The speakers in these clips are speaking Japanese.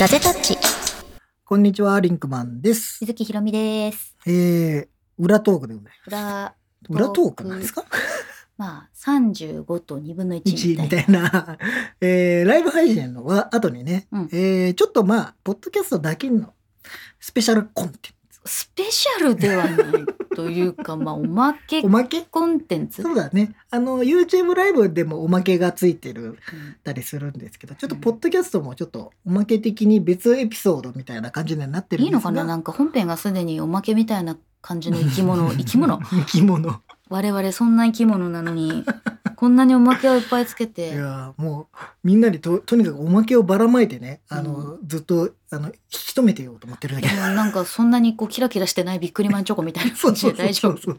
ガジェタッチこんにちは、リンクマンです。鈴木ひろみですえー、裏トークでござい裏ます。裏トークなんですかまあ35と2分の一1みみたたいいな。 えー、ライブ配信のは後にね、うんえー、ちょっとまあ、ポッドキャストだけのスペシャルコンテンスペシャルではないというかまあおまけツ。おまけコンテンツそうだね。あの、YouTube ライブでもおまけがついてるうんたりするんですけど、ちょっとポッドキャストもちょっとおまけ的に別エピソードみたいな感じになってるんいでいすがのかななんか本編がすでにおまけみたいな感じの生き物生き物 生き物。我々そんな生き物なのにこんなにおまけをいっぱいつけいてやーもうみんなにととにかくおまけをばらまいてねあの、ずっとあの引き止めてようと思ってるだけ でもなんかそんなにこうキラキラしてないビックリマンチョコみたいな感じで大丈夫。 そう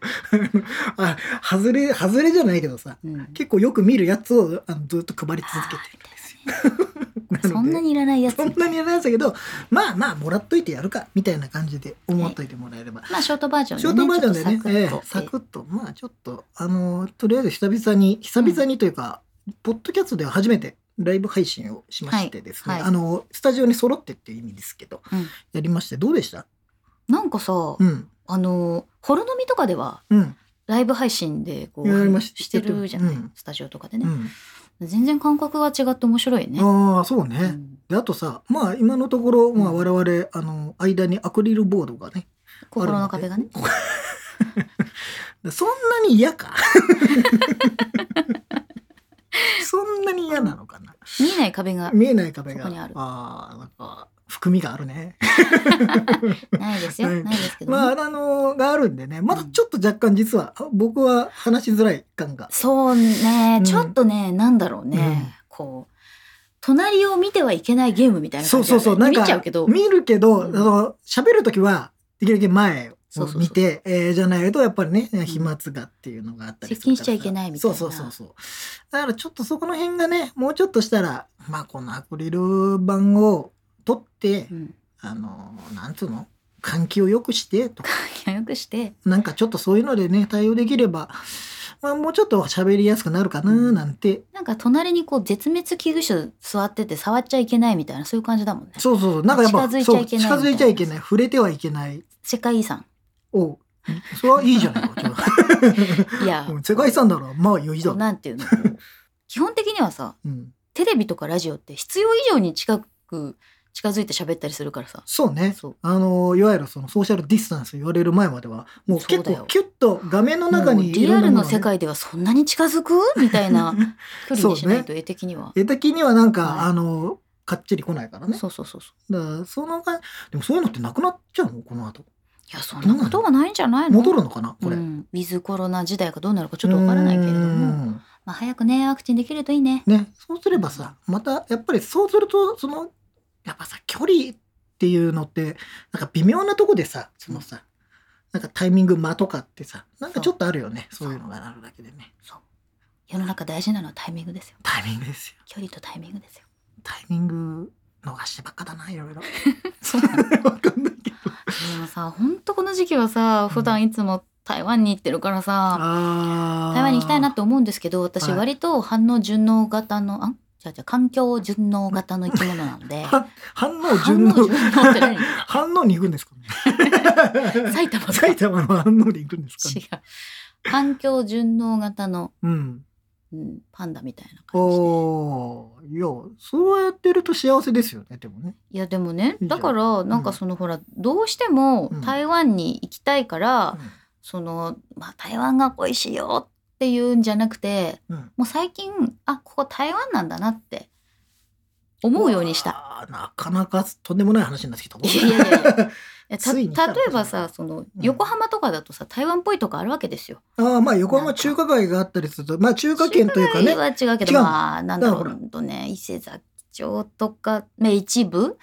あ外れ外れじゃないけどさうん結構よく見るやつをあのずっと配り続けてるんですよ そんなにいらないやつそんなにやらないですけどまあまあもらっといてやるかみたいな感じで思っといてもらえれば、まあショートバージョンシでョねートバージョンでねちょっとササククッとまあちょっとあのとりあえず久々に久々にというか、ポッドキャストでは初めてライブ配信をしましてですね、はいはいあのスタジオに揃ってっていう意味ですけど、うんやりましてどうでしたえなんかさうんあのホロ飲みとかではうんライブ配信でこうやりまししてるじゃない、うんスタジオとかでね、うん全然感覚が違って面白いね。ああそうね、うんであとさまあ今のところ、まあ、う我々、あの間にアクリルボードがね心の壁がね。 そんなに嫌か そんなに嫌なのかな見えない壁が見えない壁がそこにあるあーなんか含みがあるね。ないですよ。うんないですけどね、まあ、あのがあるんでね、まだちょっと若干実は、僕は話しづらい感が。そうねう、んちょっとね、なんだろうね、うんこう、隣を見てはいけないゲームみたいなそ感うじだそようねそう、なん見かちゃうけど、見るけど、うあんの喋るときは、できるだけ前をそうそうそう見て、えーじゃないと、やっぱりね、ん飛沫がっていうのがあったり接近しちゃいけないみたいなそうそうそうそう。だからちょっとそこの辺がね、もうちょっとしたら、まあ、このアクリル板を取って、うん、あのなんつうの換気を良くしてとかよくして、なんかちょっとそういうのでね対応できれば、まあ、もうちょっと喋りやすくなるかななんて、なんか隣にこう絶滅危惧種座ってて触っちゃいけないみたいなそういう感じだもんね。そうそうそうなんかやっぱ近づいちゃいけないそう近づいちゃいけみたない触れてはいけない世界遺産。をそれはいい じゃないかちょっいやと う、ん世界遺産ならまあ余裕だこう、なんていうのこう基本的にはさうん、テレビとかラジオって必要以上に近く近づいて喋ったりするからさそうねそうあのいわゆるそのソーシャルディスタンス言われる前まではもうそう結だよ構キュッと画面の中にもうリアルの世いろんなも界ではそんなに近づくみたい のがなね距離にしないと絵的には。絵的にはなんか、はいあのかっちり来ないからねそうそうそうそう。だからそのがでもそういうのってなくなっちゃうのこの後いやそんなことはないんじゃないの戻るのかなこれ、うん、ウィズコロナ時代がどうなるかちょっとわからないけれども、うんまあ、早くねワクチンできるといいね。ね、そうすればさまたやっぱりそうするとそのやっぱさ距離っていうのってなんか微妙なとこでさそのさなんかタイミング間とかってさなんかちょっとあるよねそういうのがあるだけでねそう世の中大事なのはタイミングですよタイミングですよ距離とタイミングですよ。タイミング逃してばっかだない ろいろそうなのわかんないけどでもさほんとこの時期はさ普段いつも台湾に行ってるからさ、あ台湾に行きたいなと思うんですけど私はい割と反応順応型のあんじゃじゃ環境順応型の生き物なん では反応反順応応順応って何 反応に行くんですか、ね、埼玉とか違埼玉の反応に行くんですか、ね、う環境順応型の、うんうん、パンダみたいな感じでおーいやそうやってると幸せですよねでもねいやでもねいいじゃだんからなんかその、ほらどうしてもうん台湾に行きたいから、うその、まあ、台湾が恋しいよっていうんじゃなくてんうんもう最近あここ台湾なんだなって思うようにした。たなかなかとんでもない話になってきたいやい やいやたついに来たの例えばさその横浜とかだとさ、台湾っぽいとこあるわけですよ。ああまあ横浜中華街があったりするとまあ中華圏というかね中華街は違うけど違うのまあなんだろだからうほほんとね伊勢崎町とか、まあ、一部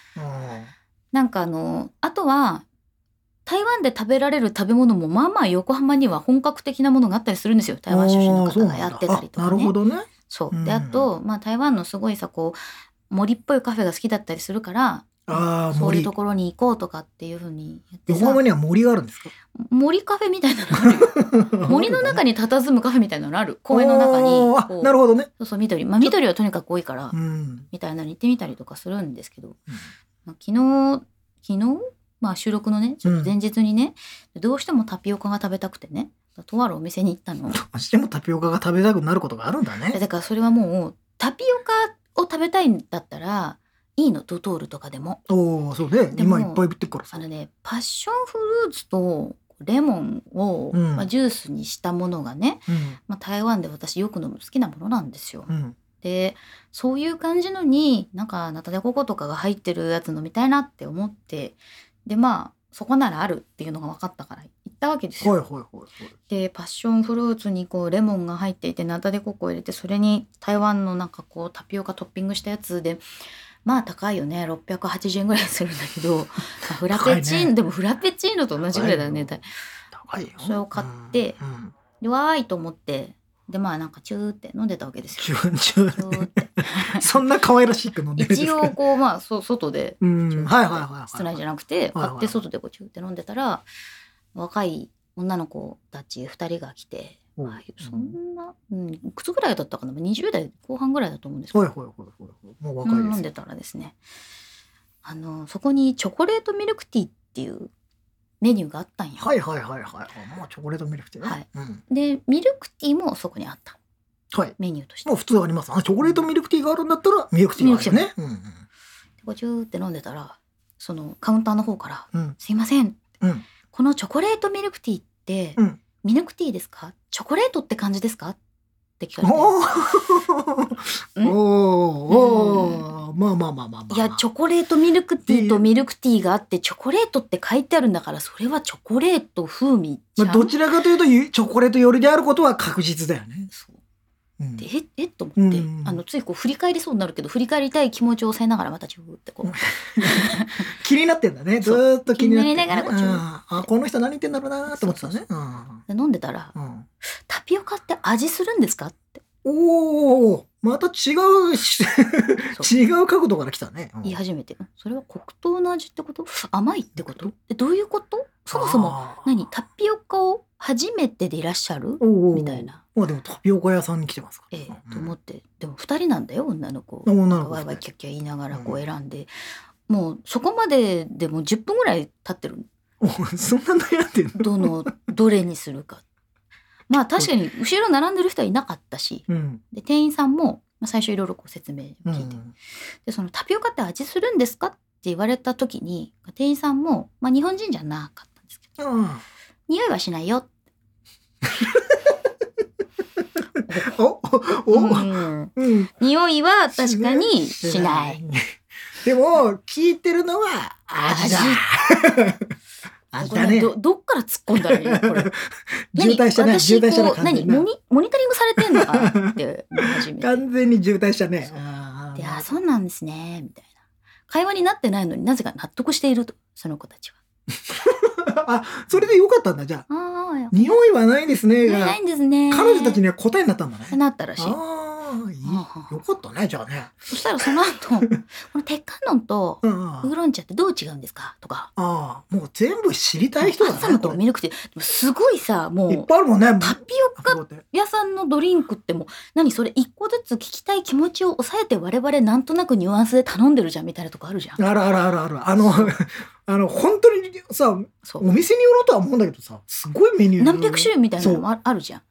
なんかあのあとは台湾で食べられる食べ物もまあまあ横浜には本格的なものがあったりするんですよ台湾出身の方がやってたりとあかあそうなんだあなるほね。どねそうでうんあと、まあ、台湾のすごいさこう森っぽいカフェが好きだったりするからああそういう森ところに行こうとかっていうふうにやって横さ浜には森があるんですか森カフェみたいなのがあるよ 森の中にに佇むカフェみたいなのある公園の 中にこうなるほどねそうそう緑まあ緑はとにかく多いからうんみたいなのに行ってみたりとかするんですけどまあ昨日昨日、まあ、収録のねちょっと前日にね、どうしてもタピオカが食べたくてねとあるお店に行ったの。どうしてもタピオカが食べたくなることがあるんだね。だからそれはもうタピオカを食べたいんだったらいいのドトールとかでもおお、そうね。でも今いっぱい売ってるからあさ。のねパッションフルーツとレモンを、うんまあ、ジュースにしたものがね、うん。まあ、台湾で私よく飲む好きなものなんですよ。うん。でそういう感じのになんかナタデココとかが入ってるやつ飲みたいなって思ってでまあそこならあるっていうのが分かったから行ったわけですよ。ほいほいほいほい。でパッションフルーツにこうレモンが入っていてナタデココを入れてそれに台湾のなんかこうタピオカトッピングしたやつでまあ高いよね680円ぐらいするんだけ どまあフラペチー高いノ、ねでもフラペチーノと同じぐらいだよね高大高いよ。それを買ってうん。うんでわーいと思ってでまあなんかチューって飲んでたわけですちよ。ゅちゅチューって そんな可愛らしく飲んでるんです一か応こうまあそう外でうん、はいはいはいはい。室内じゃなくてはい買はっいて外でこうチューって飲んでたら若い女の子たち2人が来ておうあそんな、うん、いくつぐらいだったかな20代後半ぐらいだと思うんですけど、ほいほいほいほいほい。もう若いうんで飲んす。でたらですねあのそこにチョコレートミルクティーっていうメニューがあったんよ。はいはいはいはい。もうチョコレートミルクティーね。はいうん。でミルクティーもそこにあったはい。メニューとしてもう普通あります。あ、チョコレートミルクティーがあるんだったらミルクティーがあるよね。うんこうチューって飲んでたらそのカウンターの方からうん。うん「すいませんうんこのチョコレートミルクティーって、うんミルクティーですかチョコレートって感じですか?」って聞かれて。おーんおーおーまあまあまあまあまあ。いや、チョコレートミルクティーっていうとミルクティーがあって、チョコレートって書いてあるんだから、それはチョコレート風味じゃん。まあ、どちらかというとゆチョコレート寄りであることは確実だよね。そううんでええと思って、うんあのついこう振り返りそうになるけど振り返りたい気持ちを抑えながらまたチューってこう、うん気になってんだね。ずそうーっと気になってんだね気になりながらこうチューうんあこの人何言ってんだろうなーって思ってたね。うんで飲んでたらうん「タピオカって味するんですか?」っておおまた違うしそう違う角度から来たね。うん言い始めて「それは黒糖の味ってこと甘いってことえどういうことそもそもあー何タピオカを初めてでいらっしゃる?」おーみたいな。まあでもタピオカ屋さんに来てますから。ええうんと思ってでも2人なんだよ女の子。女の子ワイワイキ二人ャッキャ言いながらこううん選んで、もうそこまででも10分ぐらい経ってるおそんな悩んでんのどの どれにするかまあ確かに後ろ並んでる人はいなかったしうん。で店員さんもまあ最初いろいろこう説明をう聞いて、んでそのタピオカって味するんですかって言われた時に店員さんも、まあ、日本人じゃなかったんですけどうん匂いはしないよっておおおうんうん。匂いは確かにしないしない。でも、聞いてるのは味だ。 味だね。これどどっから突っ込んだらいいのこ れ渋滞したね。何渋滞したね。私こう完全何にねモニモニタリングされてんのかなって思い始めて完全に渋滞したね。そうあーであそうなんですねみたいな会話になってないのになぜか納得しているとその子たちは あ、それでよかったんだ、じゃあ。ああ匂いはないですねがないんですね彼女たちには答えになったんだってね。なったらしいああ、いい。はあはあよかったね、じゃあね。そしたらその 後この鉄観音とうんうん。ウーあロン茶ってどう違うんですかとかあ、もう全部知りたい人だ朝のね。とここれミルクティーでもすごいさもいっうぱいあるもんね。タピオタピカオカって屋さんのドリンクってもう何それ一個ずつ聞きたい気持ちを抑えて我々なんとなくニュアンスで頼んでるじゃんみたいなとこあるじゃんあるあるあるある。あの、 あの、本当にさ、そおう店によろうとは思うんだけどさ、すごいメニュー。何百種類みたいなのもああるじゃん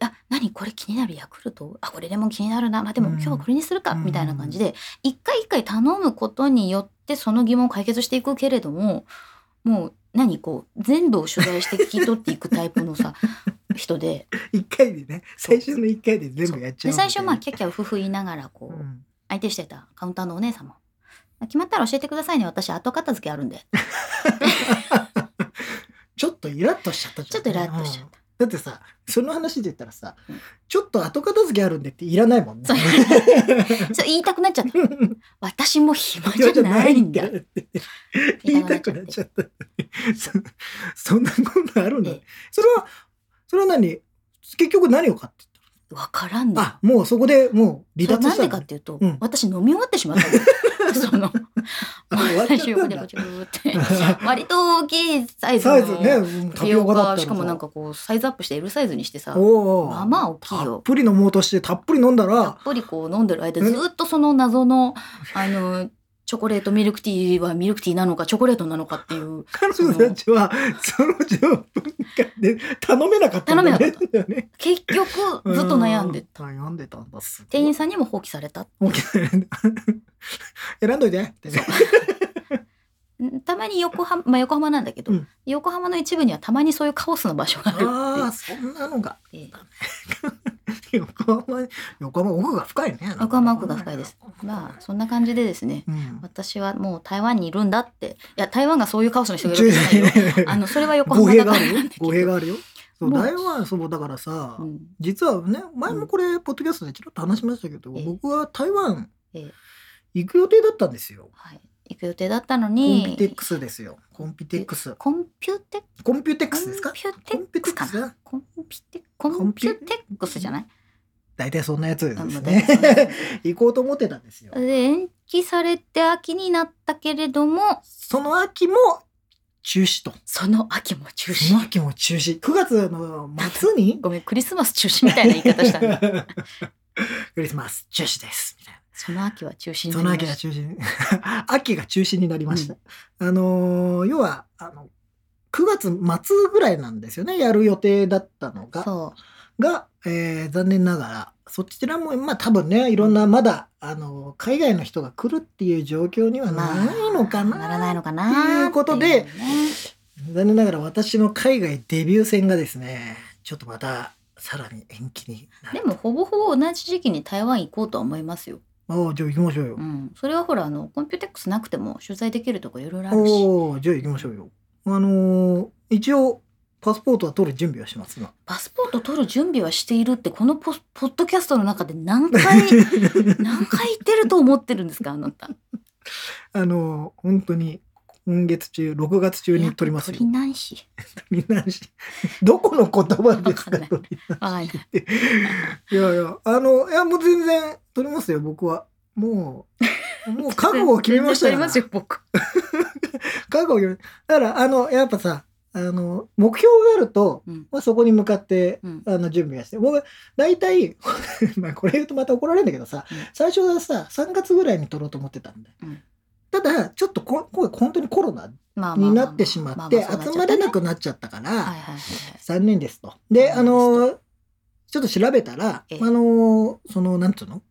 あ何これ気になるヤクルトあこれレモン気になるな、まあ、でもうん今日はこれにするかうんみたいな感じで一回一回頼むことによってその疑問を解決していくけれどももう何こう全部を取材して聞き取っていくタイプのさ人で一回でね、最初の一回で全部やっちゃでう。最初まあキャッキャウフフ言いながらこうう、ん相手してたカウンターのお姉さんも「決まったら教えてくださいね私後片付けあるんで ちょっとイラッとしちゃった」じちゃょんっとイラッとしちゃっうんだってさ、その話で言ったらさうん、ちょっと後片付けあるんでっていらないもんねそう。たそう言いたくなっちゃった私も暇 いやじゃないん だじゃないって言いたくなっちゃった。そそんなことあるんだええ。それは、それは何結局何を買ってわからんのあ、もうそこでもう離脱しそたれなんでんかだっ。ていうと、うん私飲み終わってしまった のそのあ終わっちゃったんだ私横でこちょこちょって割と大きいサイズ サのイズね、うんタタピピオオカだったカらしかもなんかこうサイズアップして L サイズにしてさおおまあまあ大きいよたっぷり飲もうとしてたっぷり飲んだたっらぷりこう飲んでる間ずっとその謎のあのチョコレートミルクティーはミルクティーなのかチョコレートなのかっていう彼女たちはその10分間で頼めなかったんだね。頼結局ずっと悩んでた。悩んでたんだ。すごい店員さんにも放棄されたもう嫌いなんだ 選んどいてってね。たまに横浜、まあ、横浜なんだけど、うん横浜の一部にはたまにそういうカオスの場所があああ、そんなのが。るっていう横浜、横浜奥が深いね。横浜奥が深いです。まあそんな感じでですねうん。私はもう台湾にいるんだっていや台湾がそういうカオスの人がいるわけじゃないよあのそれは横語浜弊だがかあらるよなんだけ。ど語弊があるよ。そう、もう台湾、そう、だからさう、ん実はね、前もこれ、ポッドキャストでちょっと話しましたけど、ええ僕は台湾ええ行く予定だったんですよ。はい、行く予定だったのコンピにテックスですよ。コンピテックス。コンピュテッコンピュテッククススですかコンピュテックスかなコンピテックコンピュテックスじゃない大体そんなやつですあまあね。 行こうと思ってたんですよ。で延期されて秋になったけれどもその秋も中止と。その秋も中そ止の秋も中止。9月の末に ごめんクリスマス中止みたいな言い方したんだ クリスマス中止です。みたいその秋は中止な。にそなのりまし秋がた中止 に。秋が中止になりました。あのー要は、あの、9月末ぐらいなんですよね。やる予定だったのが。そが、えー残念ながらそちらもまあ多分ねいろんなまだあの海外の人が来るっていう状況にはうならないのかな,、ならないのかなっていうことでっていうね残念ながら私の海外デビュー戦がですねちょっとまたさらに延期になるでもほぼほぼ同じ時期に台湾行こうとは思いますよ。おうじゃあ行きましょうよう、ん、それはほらあのコンピューテックスなくても取材できるとこいろいろあるしおおじゃあ行きましょうよあのー一応パスポートは取る準備はしてます今パスポート取る準備はしているってこのポポッドキャストの中で何 回何回言ってると思ってるんですかあなた。あのー本当に今月中6月中に取りますよいや取りないし。 みんなしどこの言葉ですかわかんわかんないいやいや、あの、いや、もう全然取りますよ、僕は。もう、もう覚悟を決めました全然取りからますよ僕。覚悟を決めだから、あの、やっぱさ、あの、目標があると、うんまあ、そこに向かって、うんあの、準備がして。僕、大体、 まあ、これ言うとまた怒られるんだけどさ、うん最初はさ、3月ぐらいに取ろうと思ってたんだよ。うんただ、ちょっとこ、今回本当にコロナまあになってしまって、集まれなく。くなっちゃったから、はいはいはい。残念ですと。で、あ残念のーちょっと調べたら、ええあのーその、なんつうの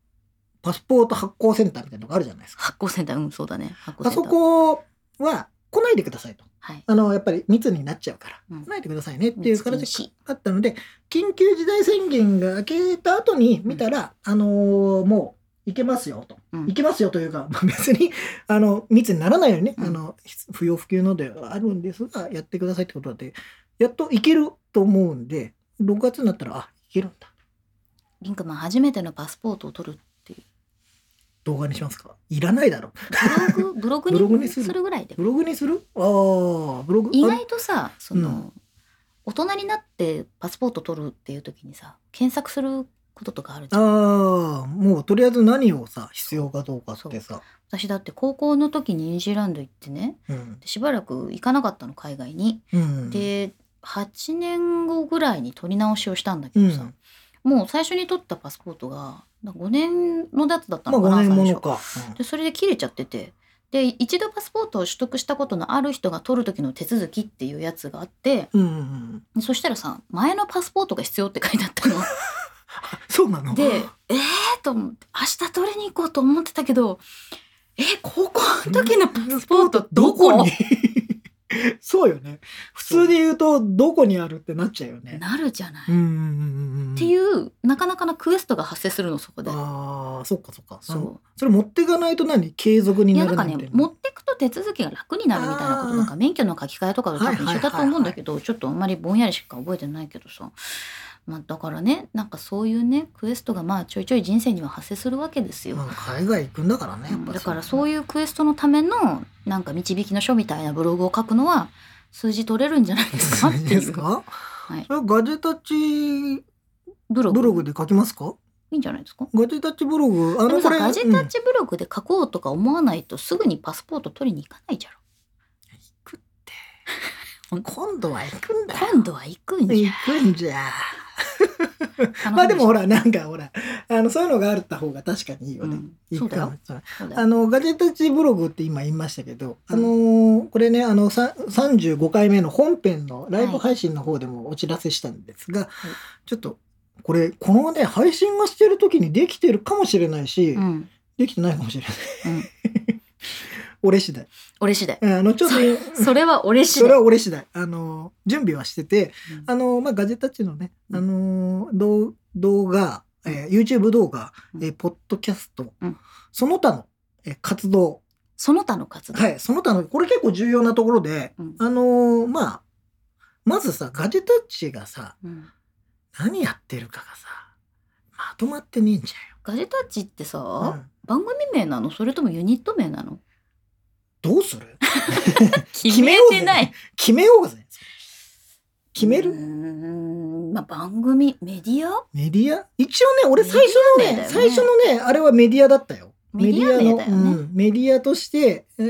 パスポート発行センターみたいなのがあるじゃないですか。発行センターうんそうだね。発行あセンそター。こは来ないでくださいと。はい。あの、やっぱり密になっちゃうから、うん来ないでくださいねっていう密形禁止だったので、緊急事態宣言が明けた後に見たら、あのーもう行けますよと。うん行けますよというか、 まあ、別に、あの、密にならないようにね、うんあの、不要不急のではあるんですが、やってくださいってことで、やっと行けると思うんで、6月になったら、あ、行けるんだ。リンクマン初めてのパスポートを取るっていう。動画にしますかいらないだろ。ブ ログブログブログににするするぐらいでブログにするああ、ブログ。意あ外とさその、うん大人になってパスポート取るっていう時にさ検索することとかあるじゃんあー、もうとりあえず何をさ、必要かどうかってさ。私だって高校の時にニュージーランド行ってねうん。でしばらく行かなかったの海外に、うん。で8年後ぐらいに取り直しをしたんだけうどん。さ、もう最初に取ったパスポートが5年のだったまあのかな、 5年も最の初か。でそれで切れちゃっててで一度パスポートを取得したことのある人が取る時の手続きっていうやつがあってうん。うんうんうん。そしたらさ前のパスポートが必要って書いてあったの。 そうなので、えーと思って、明日取りに行こうと思ってたけど、え、高校の時のパスポートど どここに そうよね。普通で言うと、どこにあるってなっちゃうよね。なるじゃない、うんっうんうんうんうん。ていう、なかなかなクエストが発生するの、そこで。ああ、そっかそっか。そそうう。それ持っていかないと何継続にいやなならんかないねみたいな持ってくと手続きが楽になるみたいなこあとーなんか免許の書き換えとかと多分一緒だと思うんだけど、ちょっとあんまりぼんやりしか覚えてないけどさ、まあ、だからねなんかそういうねクエストがまあちょいちょい人生には発生するわけですよ、まあ海外行くんだからね。やっぱだからうそういうクエストのためのなんか導きの書みたいなブログを書くのは数字取れるんじゃないですかっていいい ですうか。いそれガジェタッチブログブログで書きますか。いいんじゃないですかガジェタッチブログ、であものこされ。ガジェタうッんチブログで書こうとか思わないとすぐにパスポート取りに行かないじゃろ行くって。今度は行くんだよ。今度は行くんじゃ行くんじゃ。まあでもほらなんかほらあのそういうのがあった方が確かにいいよね。うんいいそうだかよもしれないそうだよあのガジェタッチブログって今言いましたけど、あのーこれねあのさ35回目の本編のライブ配信の方でもお知らせしたんですが、いちょっとこれこのね配信がしてる時にできてるかもしれないし、うんできてないかもしれないうん 俺次第俺次第うんあのちょっとそれは 俺次それ第は俺次第あの準備はしててうんあの、まあ、ガジェタッチのね、あの動動画、えー YouTube 動画、えーポッドキャスト、うんその他の、えー活動その他の活動はいその他のこれ結構重要なところでうんあのまあまずさガジェタッチがさうん何やってるかがさまとまってねえんじガジェタッチってさ、ゃよ、うん、番組名なのそれともユニット名なのどうす る決めようぜてない決めようぜ決めうーるんまあ番組メディアメディア一応ね俺最初のねメディア名だよね最初のねあれはメディアだったよメディア名だよねメディアのうんメディアとして、え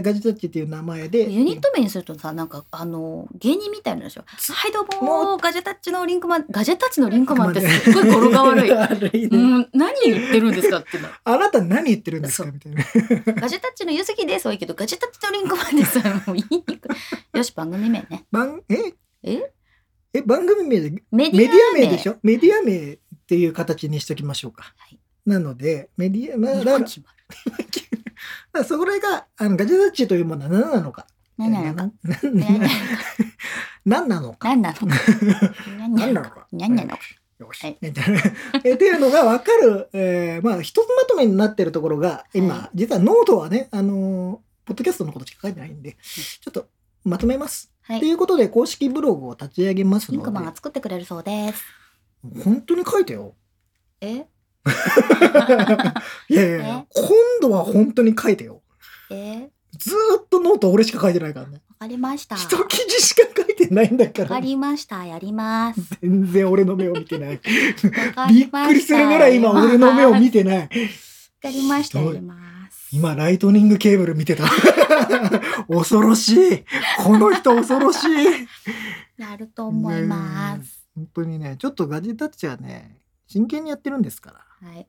ーガジェタッチっていう名前でユニット名にするとさなんかあの芸人みたいなんでしょ「はいどうももガジェタッチのリンクマンガジェタッチのリンクマン」ってすっごい語呂が悪い。 悪いねうん、何言ってるんですかってなあなた何言ってるんですそかうみたいなガジェタッチのゆずきですはいいけどガジェタッチのリンクマンですはもう言い にくいよし番組名ね番えええ番組名でメデメディィアア名名でしょメディア名っていう形にしときましょうか。はいなのでメディアまあだか今ら決まる だから それがあのガジェタッチというものは何なのか何なのか 何何なのか何なのか何なのか何な 何のかなのか何なのかよはしいみたいな えっていうのが分かる、えーまあひとつまとめになってるところが今、はい実はノートはねあのーポッドキャストのことしか書いてないんでちょっとまとめます。はいということで公式ブログを立ち上げますリンのクマンがで作ってくれるそうです本当に書い てよ。えいやいやいやね今度は本当に書いてよ。えずーっとノート俺しか書いてないからね。わかりました一記事しか書いてないんだか、わからりましたやります全然俺の目を見てない。わかびっりましたくりするぐらい今俺の目を見てない。わかりましたひどやいります今ライトニングケーブル見てた。 恐ろしい。この人恐ろしい。やると思います本当にね、ちょっとガジェタッチはね、真剣にやってるんですから。はい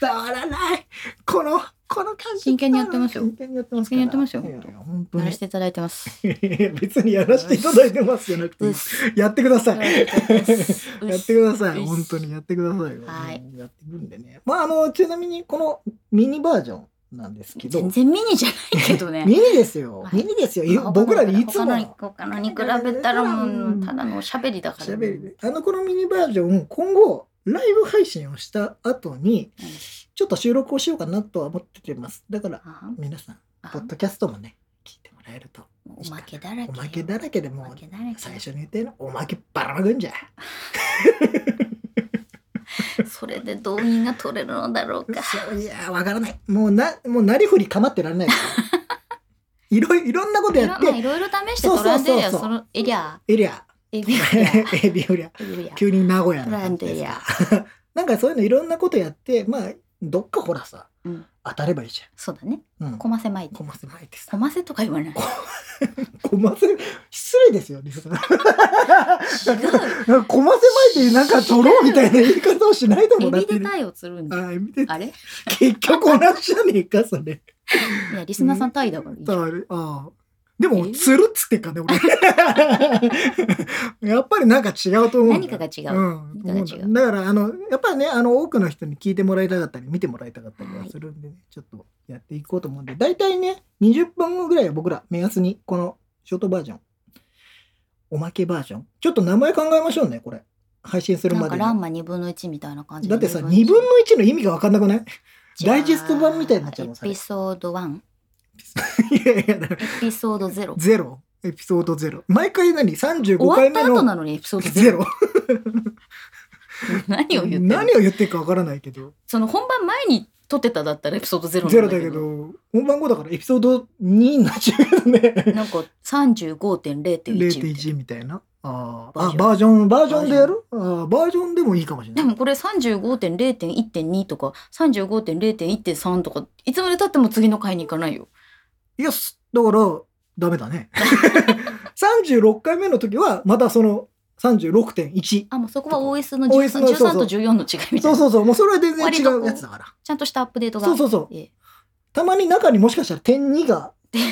伝わらない。この、この感じ。真剣にやってますよ真剣にやってます真剣にやってますよいい本当鳴にらし。ていただいてますいやいや別にやらせていただいてますじゃなくてうっすやってください。や うっってすくださうい。っ本当にやってくださいよ。はいうんやってくんでね。まああのちなみにこのミニバージョンなんですけど、全然ミニじゃないけど ねミニですよは。いミニですよ。い僕らにいつ他もの他のに比べたらもうただのおしゃべりだから喋りであのこのミニバージョン今後ライブ配信をした後にうんちょっと収録をしようかなとは思ってます。だからあ皆さんあポッドキャストもね聞いてもらえるとおまけだらけおまけだらけでもおうまけだらけ最初に言ってのおまけばらまくんじゃ。それで動員が取れるのだろうかそういやーわからないもうなもうなりふり構ってられないから いろいいろんなことやっまあいてろいろ試してトランデリアそうそそうそうそうのエリアエリアエビエリア エビフリアエビエリア急に名古屋トのランデリアなんかそういうのいろんなことやってまあどっかほらさ、うん当たればいいじそうだねゃん、うん、こませまいてこませ ないですこませとか言わないこませ失礼ですよね違こませまいてなんか取ろうみたいな言い方をしないでうエもらっビてでる対応するんだあエビであれい結局同じじゃねえかそれやリスナーさん対だからいいじゃんあれああでもえつるっつってっかね俺 やっぱりなんか違うと思うん何だかが違う、うん何かが違うだからあのやっぱりねあの多くの人に聞いてもらいたかったり見てもらいたかったりははいするんでね、ちょっとやっていこうと思うんで大体ね20分後ぐらいは僕ら目安にこのショートバージョンおまけバージョンちょっと名前考えましょうねこれ配信するなまんかでにランマ2分の1みたいな感じだってさ2分の1の意味が分かんなくない じゃあダイジェスト版みたいになっちゃうもんエそれピソード1いやいやだからエピソード0 ゼロエピソードゼロ毎回何35終わ回った目後のなのにエピソードゼ0ロ 何を言ってんの何を言ってるかわからないけどその本番前に撮ってただったらエピソードゼロゼなロんだだけけどど本番後だからエピソード2になっちゃうけどねなんか35.0.1みたい0.1みたいなあーバーあジョンバージョンバージョンでやるあーバージョンでもいいかもしれなでないもこれ35.0.1.2とか35.0.1.3とかいつまでたっても次の回に行かないよ いやすだからダメだね36回目の時はまたその36.1あもうそこは OS の OS の 13, そう13そとう14の違いみたいうなそそうそうもうそれは全然違うやつだからちゃんとしたアップデートがそうそうそうええたまに中にもしかしたら点2が 点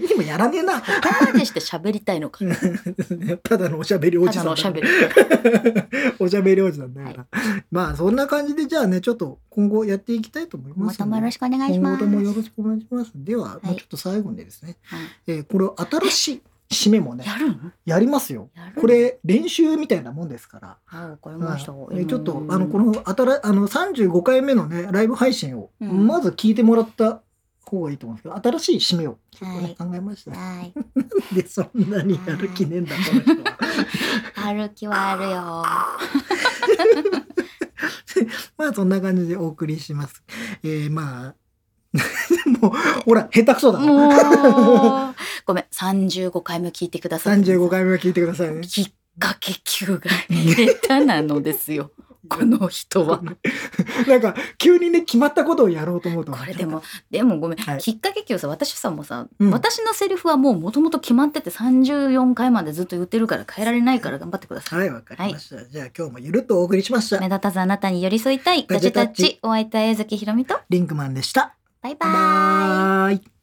2もやらねえなどこまでして喋りたいのか ただのおしゃべりおたじださんのおだしゃべり おしゃべりおじさんだから、まあそんな感じでじゃあねちょっと今後やっていきたいと思いまますのでたもよろしくお願いし今ます後ともよろしくお願いしますでは、いまあちょっと最後にですね、はいえーこれを新しい締めもねやるんやりますよやるのこれ練習みたいなもんですからあわかりはまいした、えちょっとうんあのこのあたらあの35回目のねライブ配信をうんまず聞いてもらった方がいいと思うんですけど、新しい締めをちょっとね、考えましたねはい でそんなにやる気ねえんだこの人は歩きはあるよまあそんな感じでお送りしますえー、まあ もうほら下手くそ だなもうごめん35回目聞いてください35回目は聞いてくださいねきっかけ球が下手なのです よこの人はなん か急にね決まったことをやろうと思うとこれでもでもごめん、はいきっかけ球さ私さもうさ、うん私のセリフはもうもともと決まってて34回までずっと言ってるから変えられないから頑張ってください、はいわかりました、じゃあ今日もゆるっとお送りしました目立たずあなたに寄り添いたいガジェタッチお相手は江崎ひろみとリンクマンでしたバイババイイバーイ